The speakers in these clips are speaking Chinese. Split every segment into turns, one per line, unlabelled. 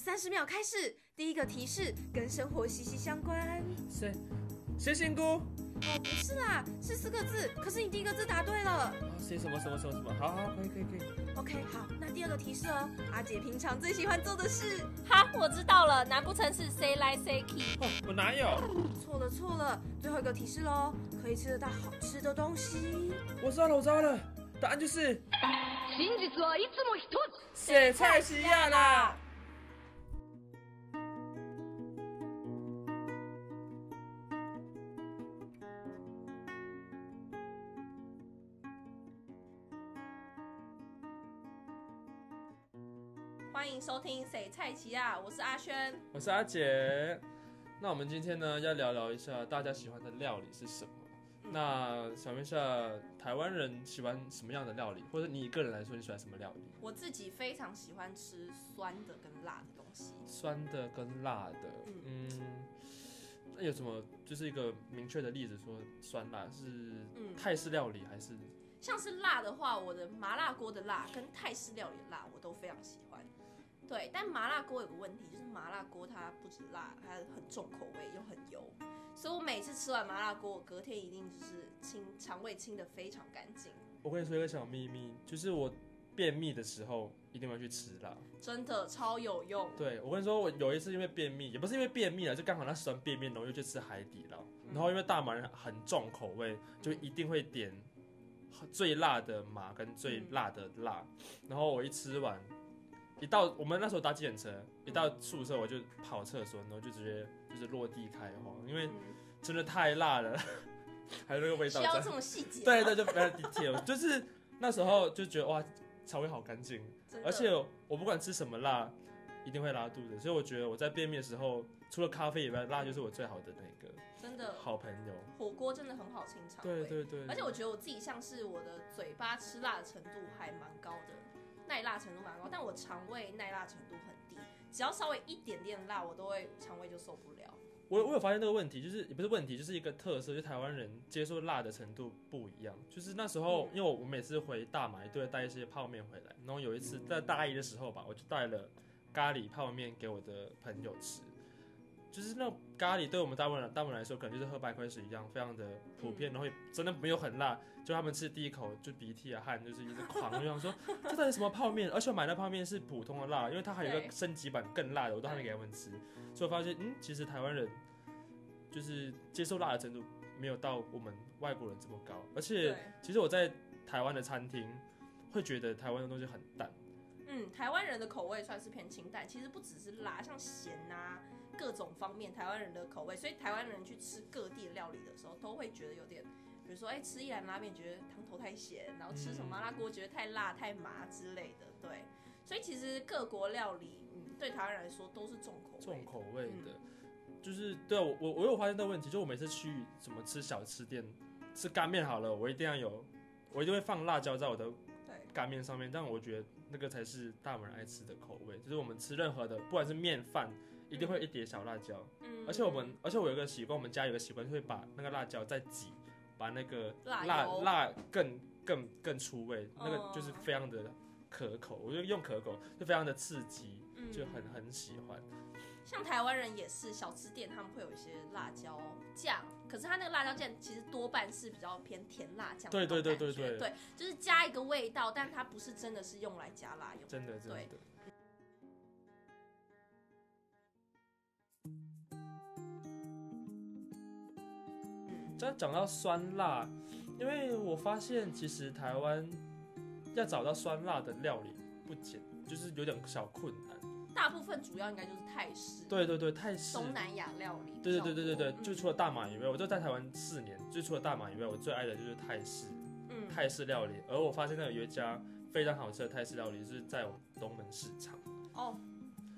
三十秒开始，第一个提示跟生活息息相关。
谁谁仙姑？
哦，不是啦，是四个字，可是你第一个字答对了。
啊，谁什么什么什么什么？好好，可以可以可以。
OK，好，那第二个提示哦，阿姐平常最喜欢做的事。
哈，我知道了，难不成是谁来谁去？
哦，我哪有？
错了错了，最后一个提示喽，可以吃得到好吃的东西。
我知道了，我知道了，答案就是雪菜西亚啦。
欢迎收听《谁菜奇啊》，我是阿轩。
我是阿姐。那我们今天呢，要聊聊一下大家喜欢的料理是什么。那想问一下，台湾人喜欢什么样的料理，或者你个人来说，你喜欢什么料理？
我自己非常喜欢吃酸的跟辣的东西。
酸的跟辣的，嗯，那有什么就是一个明确的例子说酸辣是
嗯
泰式料理还是？
像是辣的话，我的麻辣锅的辣跟泰式料理的辣我都非常喜欢。对，但麻辣锅有个问题，就是麻辣锅它不止辣，它很重口味又很油，所以我每次吃完麻辣锅，我隔天一定就是清肠胃清的非常干净，
我跟你说一个小秘密，就是我便秘的时候一定会去吃辣。
真的超有用。
对，我跟你说，我有一次因为便秘，也不是因为便秘啊，就刚好那时候便秘，然后又去吃海底捞，然后因为大马人很重口味，就一定会点最辣的麻跟最辣的辣，然后我一吃完，一到我们那时候搭计程车，一到宿舍我就跑厕所，然后就直接就是落地开花，因为
嗯，
真的太辣了， 还有那个味道
需要
在
这。么细节吗。
对对，就不要 detail，就是那时候就觉得哇，肠胃好干净。
真的
而且我不管吃什么辣，一定会拉肚子，所以我觉得我在便秘的时候，除了咖啡以外，辣就是我最好的那
真
个
的
好朋友。
火锅真的很好清嗯肠胃。
对对对，
而且我觉得我自己像是我的嘴巴吃辣的程度还蛮高的，耐辣程度蛮高，但我肠胃耐辣程度很低，只要稍微一点点辣，我都会肠胃就受不了。
我我有发现这个问题，就是也不是问题，就是一个特色，就是台湾人接受辣的程度不一样。就是那时候，因为我每次回大马都会带一些泡面回来，然后有一次在大一的时候吧，我就带了咖喱泡面给我的朋友吃。就是那种咖喱对我们大部分人大部分人来说，可能就是喝白开水一样，非常的普遍，然后也真的没有很辣。就他们吃第一口就鼻涕啊汗，就是一直狂，就想说这到底什么泡面？而且我买的泡面是普通的辣，因为它还有一
对
个升级版更辣的，我都还没给他们吃。所以我发现，嗯，其实台湾人就是接受辣的程度没有到我们外国人这么高，而且
对
其实我在台湾的餐厅会觉得台湾的东西很淡，
嗯，台湾人的口味算是偏清淡，其实不只是辣，像咸啊各种方面，台湾人的口味，所以台湾人去吃各地的料理的时候，都会觉得有点，比如说，哎、吃一兰拉面觉得汤头太咸，然后吃什么麻辣锅觉得太辣太麻之类的，对。所以其实各国料理，嗯，对台湾人来说都是重口味的。
重口味的，就是对啊我我我有发现这个问题，就我每次去什么吃小吃店吃干面好了，我一定要有，我一定会放辣椒在我的
对，
干面上面，但我觉得那个才是大马人爱吃的口味，就是我们吃任何的，不管是面饭，一定会一碟小辣椒。
嗯
而且我们，而且我有一个习惯，我们家有个习惯，就会把那个辣椒再挤，把那个
辣
辣
油
辣更更更出味，那
嗯
个就是非常的可口，我就用可口，就非常的刺激，
嗯
就很很喜欢。
像台湾人也是小吃店，他们会有一些辣椒酱，可是它那个辣椒酱其实多半是比较偏甜辣酱的那
对
种
对
感觉，
对对对
对，就是加一个味道，但它不是真的是用来加辣用的。
真的真的
对。
这讲到酸辣，因为我发现其实台湾要找到酸辣的料理不简，就是有点小困难。
大部分主要应该就是泰式，，
对对对，泰式。
东南亚料理比
对
较
对对
多。
对对对，
嗯
就除了大马以外，我就在台湾四年，就除了大马以外，我最爱的就是泰式。
嗯
泰式料理，而我发现那有一家非常好吃的泰式料理，就是在我们东门市场。
哦，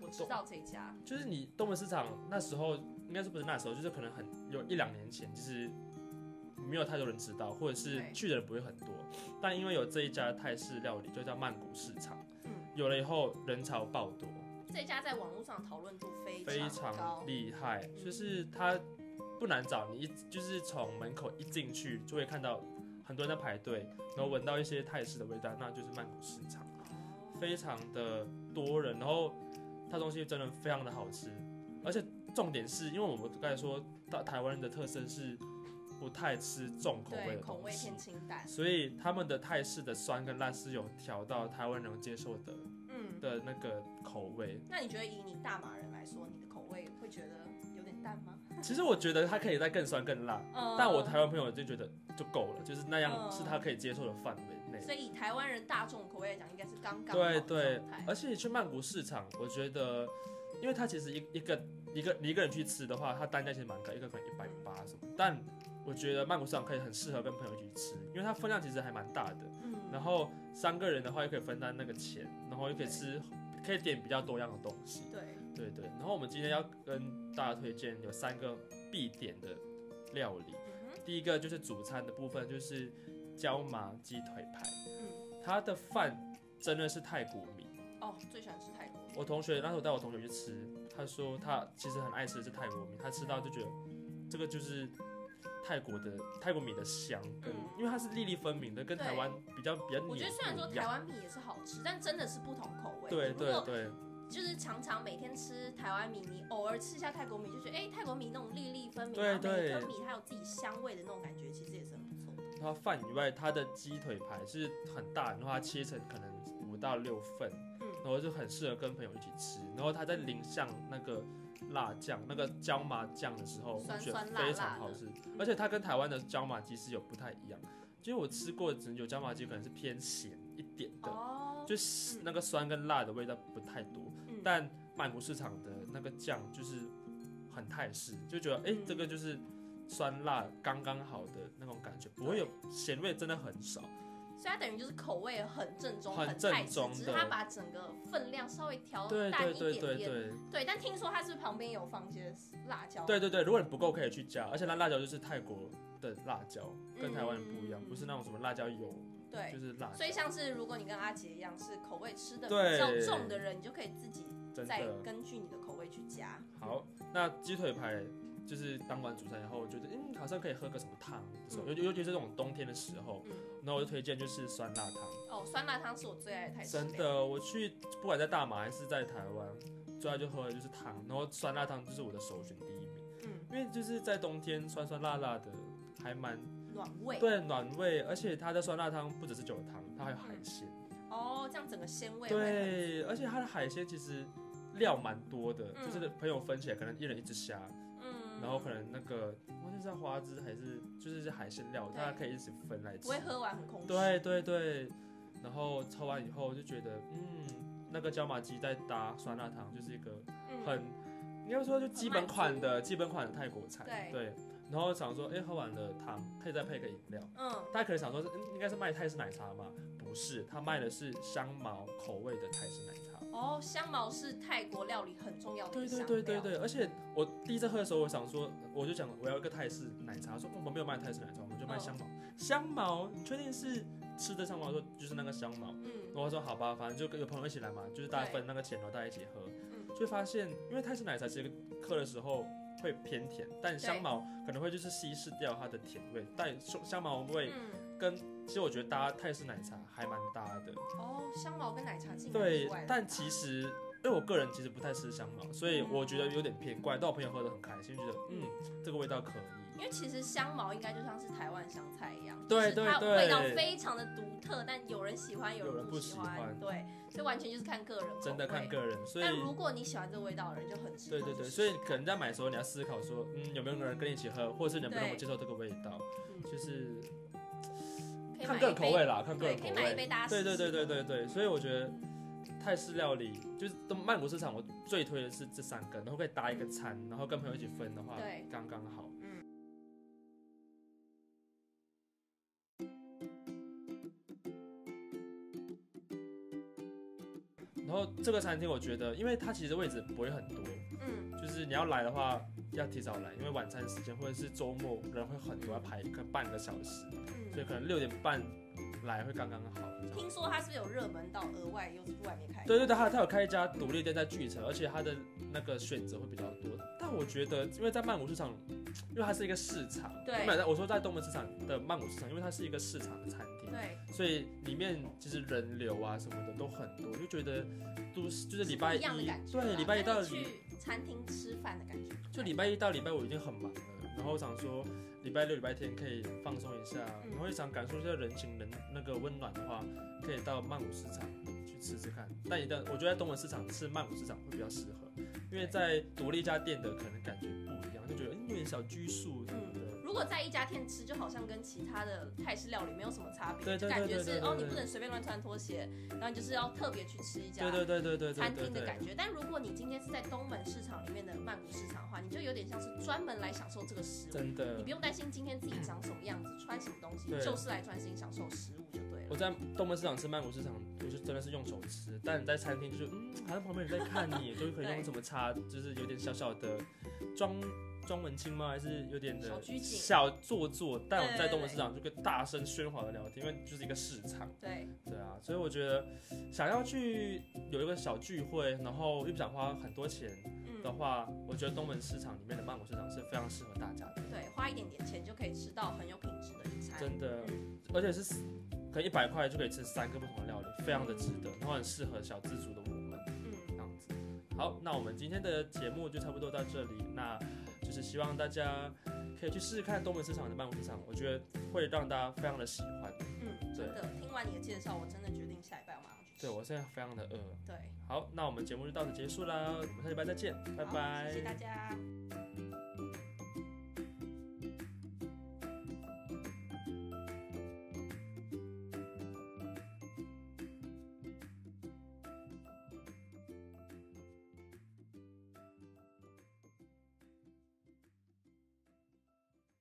我知道这一家，
就是你东门市场那时候，应该是不是那时候，就是可能很有一两年前，就是没有太多人知道，或者是
对
去的人不会很多。但因为有这一家泰式料理，就叫曼谷市场，
嗯
有了以后人潮爆多，
这一家在网络上讨论度非
非
常高
常。厉害。就是它不难找，你一就是从门口一进去就会看到很多人在排队，然后闻到一些泰式的味道，那就是曼谷市场。
哦
非常的多人，然后它东西真的非常的好吃，而且重点是因为我们刚才说到台湾人的特色是不太吃重口味
对，
的
口
东
味
西
偏，清淡。
所以他们的泰式的酸跟辣是有调到台湾人能接受的
嗯，
的那个口味。
那你觉得以你大马人来说，你的口味会觉得有点淡吗？
其实我觉得它可以再更酸更辣，
呃
但我台湾朋友就觉得就够了，就是那样
嗯
是他可以接受的范围内。
所以以台湾人大众口味来讲，应该是刚刚好
对
的
对
状态，
而且你去曼谷市场，我觉得，因为它其实一一个一个你一个人去吃的话，它单价其实蛮高，一个可能一百八什么。但我觉得曼谷市场可以很适合跟朋友一起吃，因为它分量其实还蛮大的。
嗯，
然后三个人的话又可以分担那个钱，然后又可以吃，可以点比较多样的东西。
对，
对对。然后我们今天要跟大家推荐有三个必点的料理，
嗯
第一个就是主餐的部分，就是椒麻鸡腿排，
嗯
它的饭真的是太古米。
哼，哦，最喜欢吃泰国，
我同学那时候带我同学去吃，他说他其实很爱吃的是泰国米，他吃到就觉得这个就是泰国的泰国米的香，跟、
嗯
因为它是粒粒分明的，跟
对
台湾比较比较黏
我觉得虽然说
不一
台
样
湾米也是好吃，但真的是不同口味。
嗯对
你如
对
果
对
就是常常每天吃台湾米，你偶尔吃一下泰国米，就觉得哎、泰国米那种粒粒分明，
对
然后每一
对
颗米它有自己香味的那种感觉，其实也是很不错的。
然后饭以外，它的鸡腿排是很大，然后它切成可能五到六份，
嗯
然后就很适合跟朋友一起吃。然后它在淋上那个辣酱、那个椒麻酱的时候，我
酸
觉得
酸辣
非
辣
常
的
好吃。而且它跟台湾的椒麻鸡是有不太一样，就是我吃过的有椒麻鸡可能是偏咸一点的，
哦，
就是那个酸跟辣的味道不太多。
嗯
但曼谷市场的那个酱就是很泰式，就觉得哎、诶
嗯
这个就是酸辣刚刚好的那种感觉，不会有咸味，真的很少。
所以它等于就是口味很正宗，
很
很
正
泰式
宗，
只是
的
它把整个分量稍微调
对
淡
对对
一点
对
点。
对
对，但听说它是不是旁边有放一些辣椒。
对对对，如果你不够可以去加，而且那辣椒就是泰国的辣椒，跟台湾人不一样，
嗯
不是那种什么辣椒油，
对
就是辣椒。
所以像是如果你跟阿杰一样是口味吃的
对
比较重的人，你就可以自己
真
再
的
根据你的口味去加。
好，那鸡腿排就是当晚主餐以后，我觉得嗯好像可以喝个什么汤，不错
嗯
尤尤尤其是这种冬天的时候
嗯，
那我就推荐就是酸辣汤。
哦，酸辣汤是我最爱的泰式料
真
理。
的，我去不管在大马还是在台湾，最爱就喝的就是汤，然后酸辣汤就是我的首选第一名，
嗯，
因为就是在冬天酸酸辣辣的，还蛮
暖胃。
对暖胃，而且它的酸辣汤不只是酒汤，它还有海鲜，
哦，这样整个鲜味会很
对，而且它的海鲜其实料蛮多的，
嗯
就是朋友分起来可能一人一只虾，
嗯，
然后可能那个忘记是花枝还是就是这海鲜料，
对
大家可以一起分来吃
不，会喝完很空虚。
对对对，然后抽完以后就觉得，嗯，那个椒麻鸡再搭酸辣汤，就是一个
嗯，
很，应该说就基本款的基本款的泰国菜。
对
然后想说，哎、喝完了汤，可以再配个饮料。
嗯
大家可能想说，嗯，应该是卖泰式奶茶吧？不是，它卖的是香茅口味的泰式奶茶。
哦，香茅是泰国料理很重要的
对
一个
对
香
对对
料
对，而且我第一次喝的时候，我想说，我就讲我要一个泰式奶茶，说我们没有卖泰式奶茶，我们就卖
嗯
香茅。香茅，你确定是吃的香茅？说就是那个香茅。
嗯
然后说好吧，反正就跟有朋友一起来嘛，就是大家
对
分那个钱，然后大家一起喝，
嗯
就会发现，因为泰式奶茶其实喝的时候会偏甜，但香茅可能会就是稀释掉它的甜味，但香香茅味
嗯，
跟其实我觉得搭泰式奶茶还蛮搭的，
哦，香茅跟奶茶竟然
对
意外，地
但
搭
其实因为我个人其实不太吃香茅，所以
嗯
我觉得有点偏怪，但我朋友喝的很开心，就觉得嗯这个味道可以，
因为其实香茅应该就像是台湾香菜一样，
对
就是它
对对
味道非常的独特，但有人喜欢，
有
人
人不
不
喜
欢，
欢
对，所以完全就是看个人口味，
真的看个人，所以
但如果你喜欢这味道的人，就很适合
对对
去
对，
试
所以可能在买的时候你要思考说，嗯有没有人跟你一起喝，或者是能不能
对
够接受这个味道，
嗯
就是。
可
看
以买
个
一
人口
杯，
味啦，看个
嗯对，
人
可
口
以买一杯
味。
大家
对对
试
对
试
对
看
对对，所以我觉得泰式料理就是东曼谷市场，我最推的是这三个，然后可以搭一个餐，然后跟朋友一起分的话
嗯对，嗯
刚刚好。然后这个餐厅，我觉得，因为它其实位置不会很多，
嗯，
就是你要来的话要提早来，因为晚餐时间或者是周末人会很多，要啊排个半个小时，
嗯
所以可能六点半来会刚刚好。这样
听说它是不是有热门到额外又是外面开？
对对对，他他有开一家独立店在巨城，而且他的那个选择会比较多。但我觉得，因为在曼谷市场，因为它是一个市场，
对
没有在我说在东门市场的曼谷市场，因为它是一个市场的餐厅，
对，
所以里面其实人流啊什么的都很多，就觉得都是就是礼拜
是不一样的感觉啦，
对，礼拜一到
跟你
礼
去餐厅吃饭的感觉，
就礼拜一到礼拜五已经很忙了，然后想说礼拜六、礼拜天可以放松一下，
嗯
然后也想感受一下人情人那个温暖的话，可以到曼谷市场去吃吃看。但一旦我觉得在东门市场吃曼谷市场会比较适合，因为在独立一家店的可能感觉不一样，就觉得嗯有点小拘束什么的。
如果在一家店吃，就好像跟其他的泰式料理没有什么差别，
对
就
对
感
对
觉
对
是
对对
哦，你
对
不能随便乱穿拖鞋，然后你就是要特别去吃一家
对对对对对对
餐
对
厅的
对
感。觉。但如果你今天是在东门市场里面的曼谷市场的话，你就有点像是专门来享受这个食物，
真的
你不，用担心今天自己长什么样子，穿什么东西，
对
就是来专心享受食物就对了。
我在东门市场吃曼谷市场，我就真的是用手吃，但你在餐厅就是，嗯，好像旁边人在看你，就可以用什么叉，就是有点小小的装装文青吗？还是有点
小
的
拘谨
小做作？但我们在
对对
东门市场就跟大声喧哗的聊天，因为就是一个市场，
对，
对啊，所以我觉得想要去有一个小聚会，然后又不想花很多钱的
嗯，
话，我觉得东门市场里面的曼谷市场是非常适合大家的，
对，花一点点钱就可以吃到很有品质的一餐。
真的
嗯，
而且是四可能一百块就可以吃三个不同的料理，非常的值得，然后很适合小自主的我们这
嗯，
样子。好，那我们今天的节目就差不多到这里，那就是希望大家可以去试试看东门市场的曼谷市场，我觉得会让大家非常的喜欢。
嗯，真的，听完你的介绍，我真的决定下一拜我马上去吃。
对我现在非常的饿。
对，
好，那我们节目就到此结束啦，我们下礼拜再见，拜
好
拜。
谢谢大家。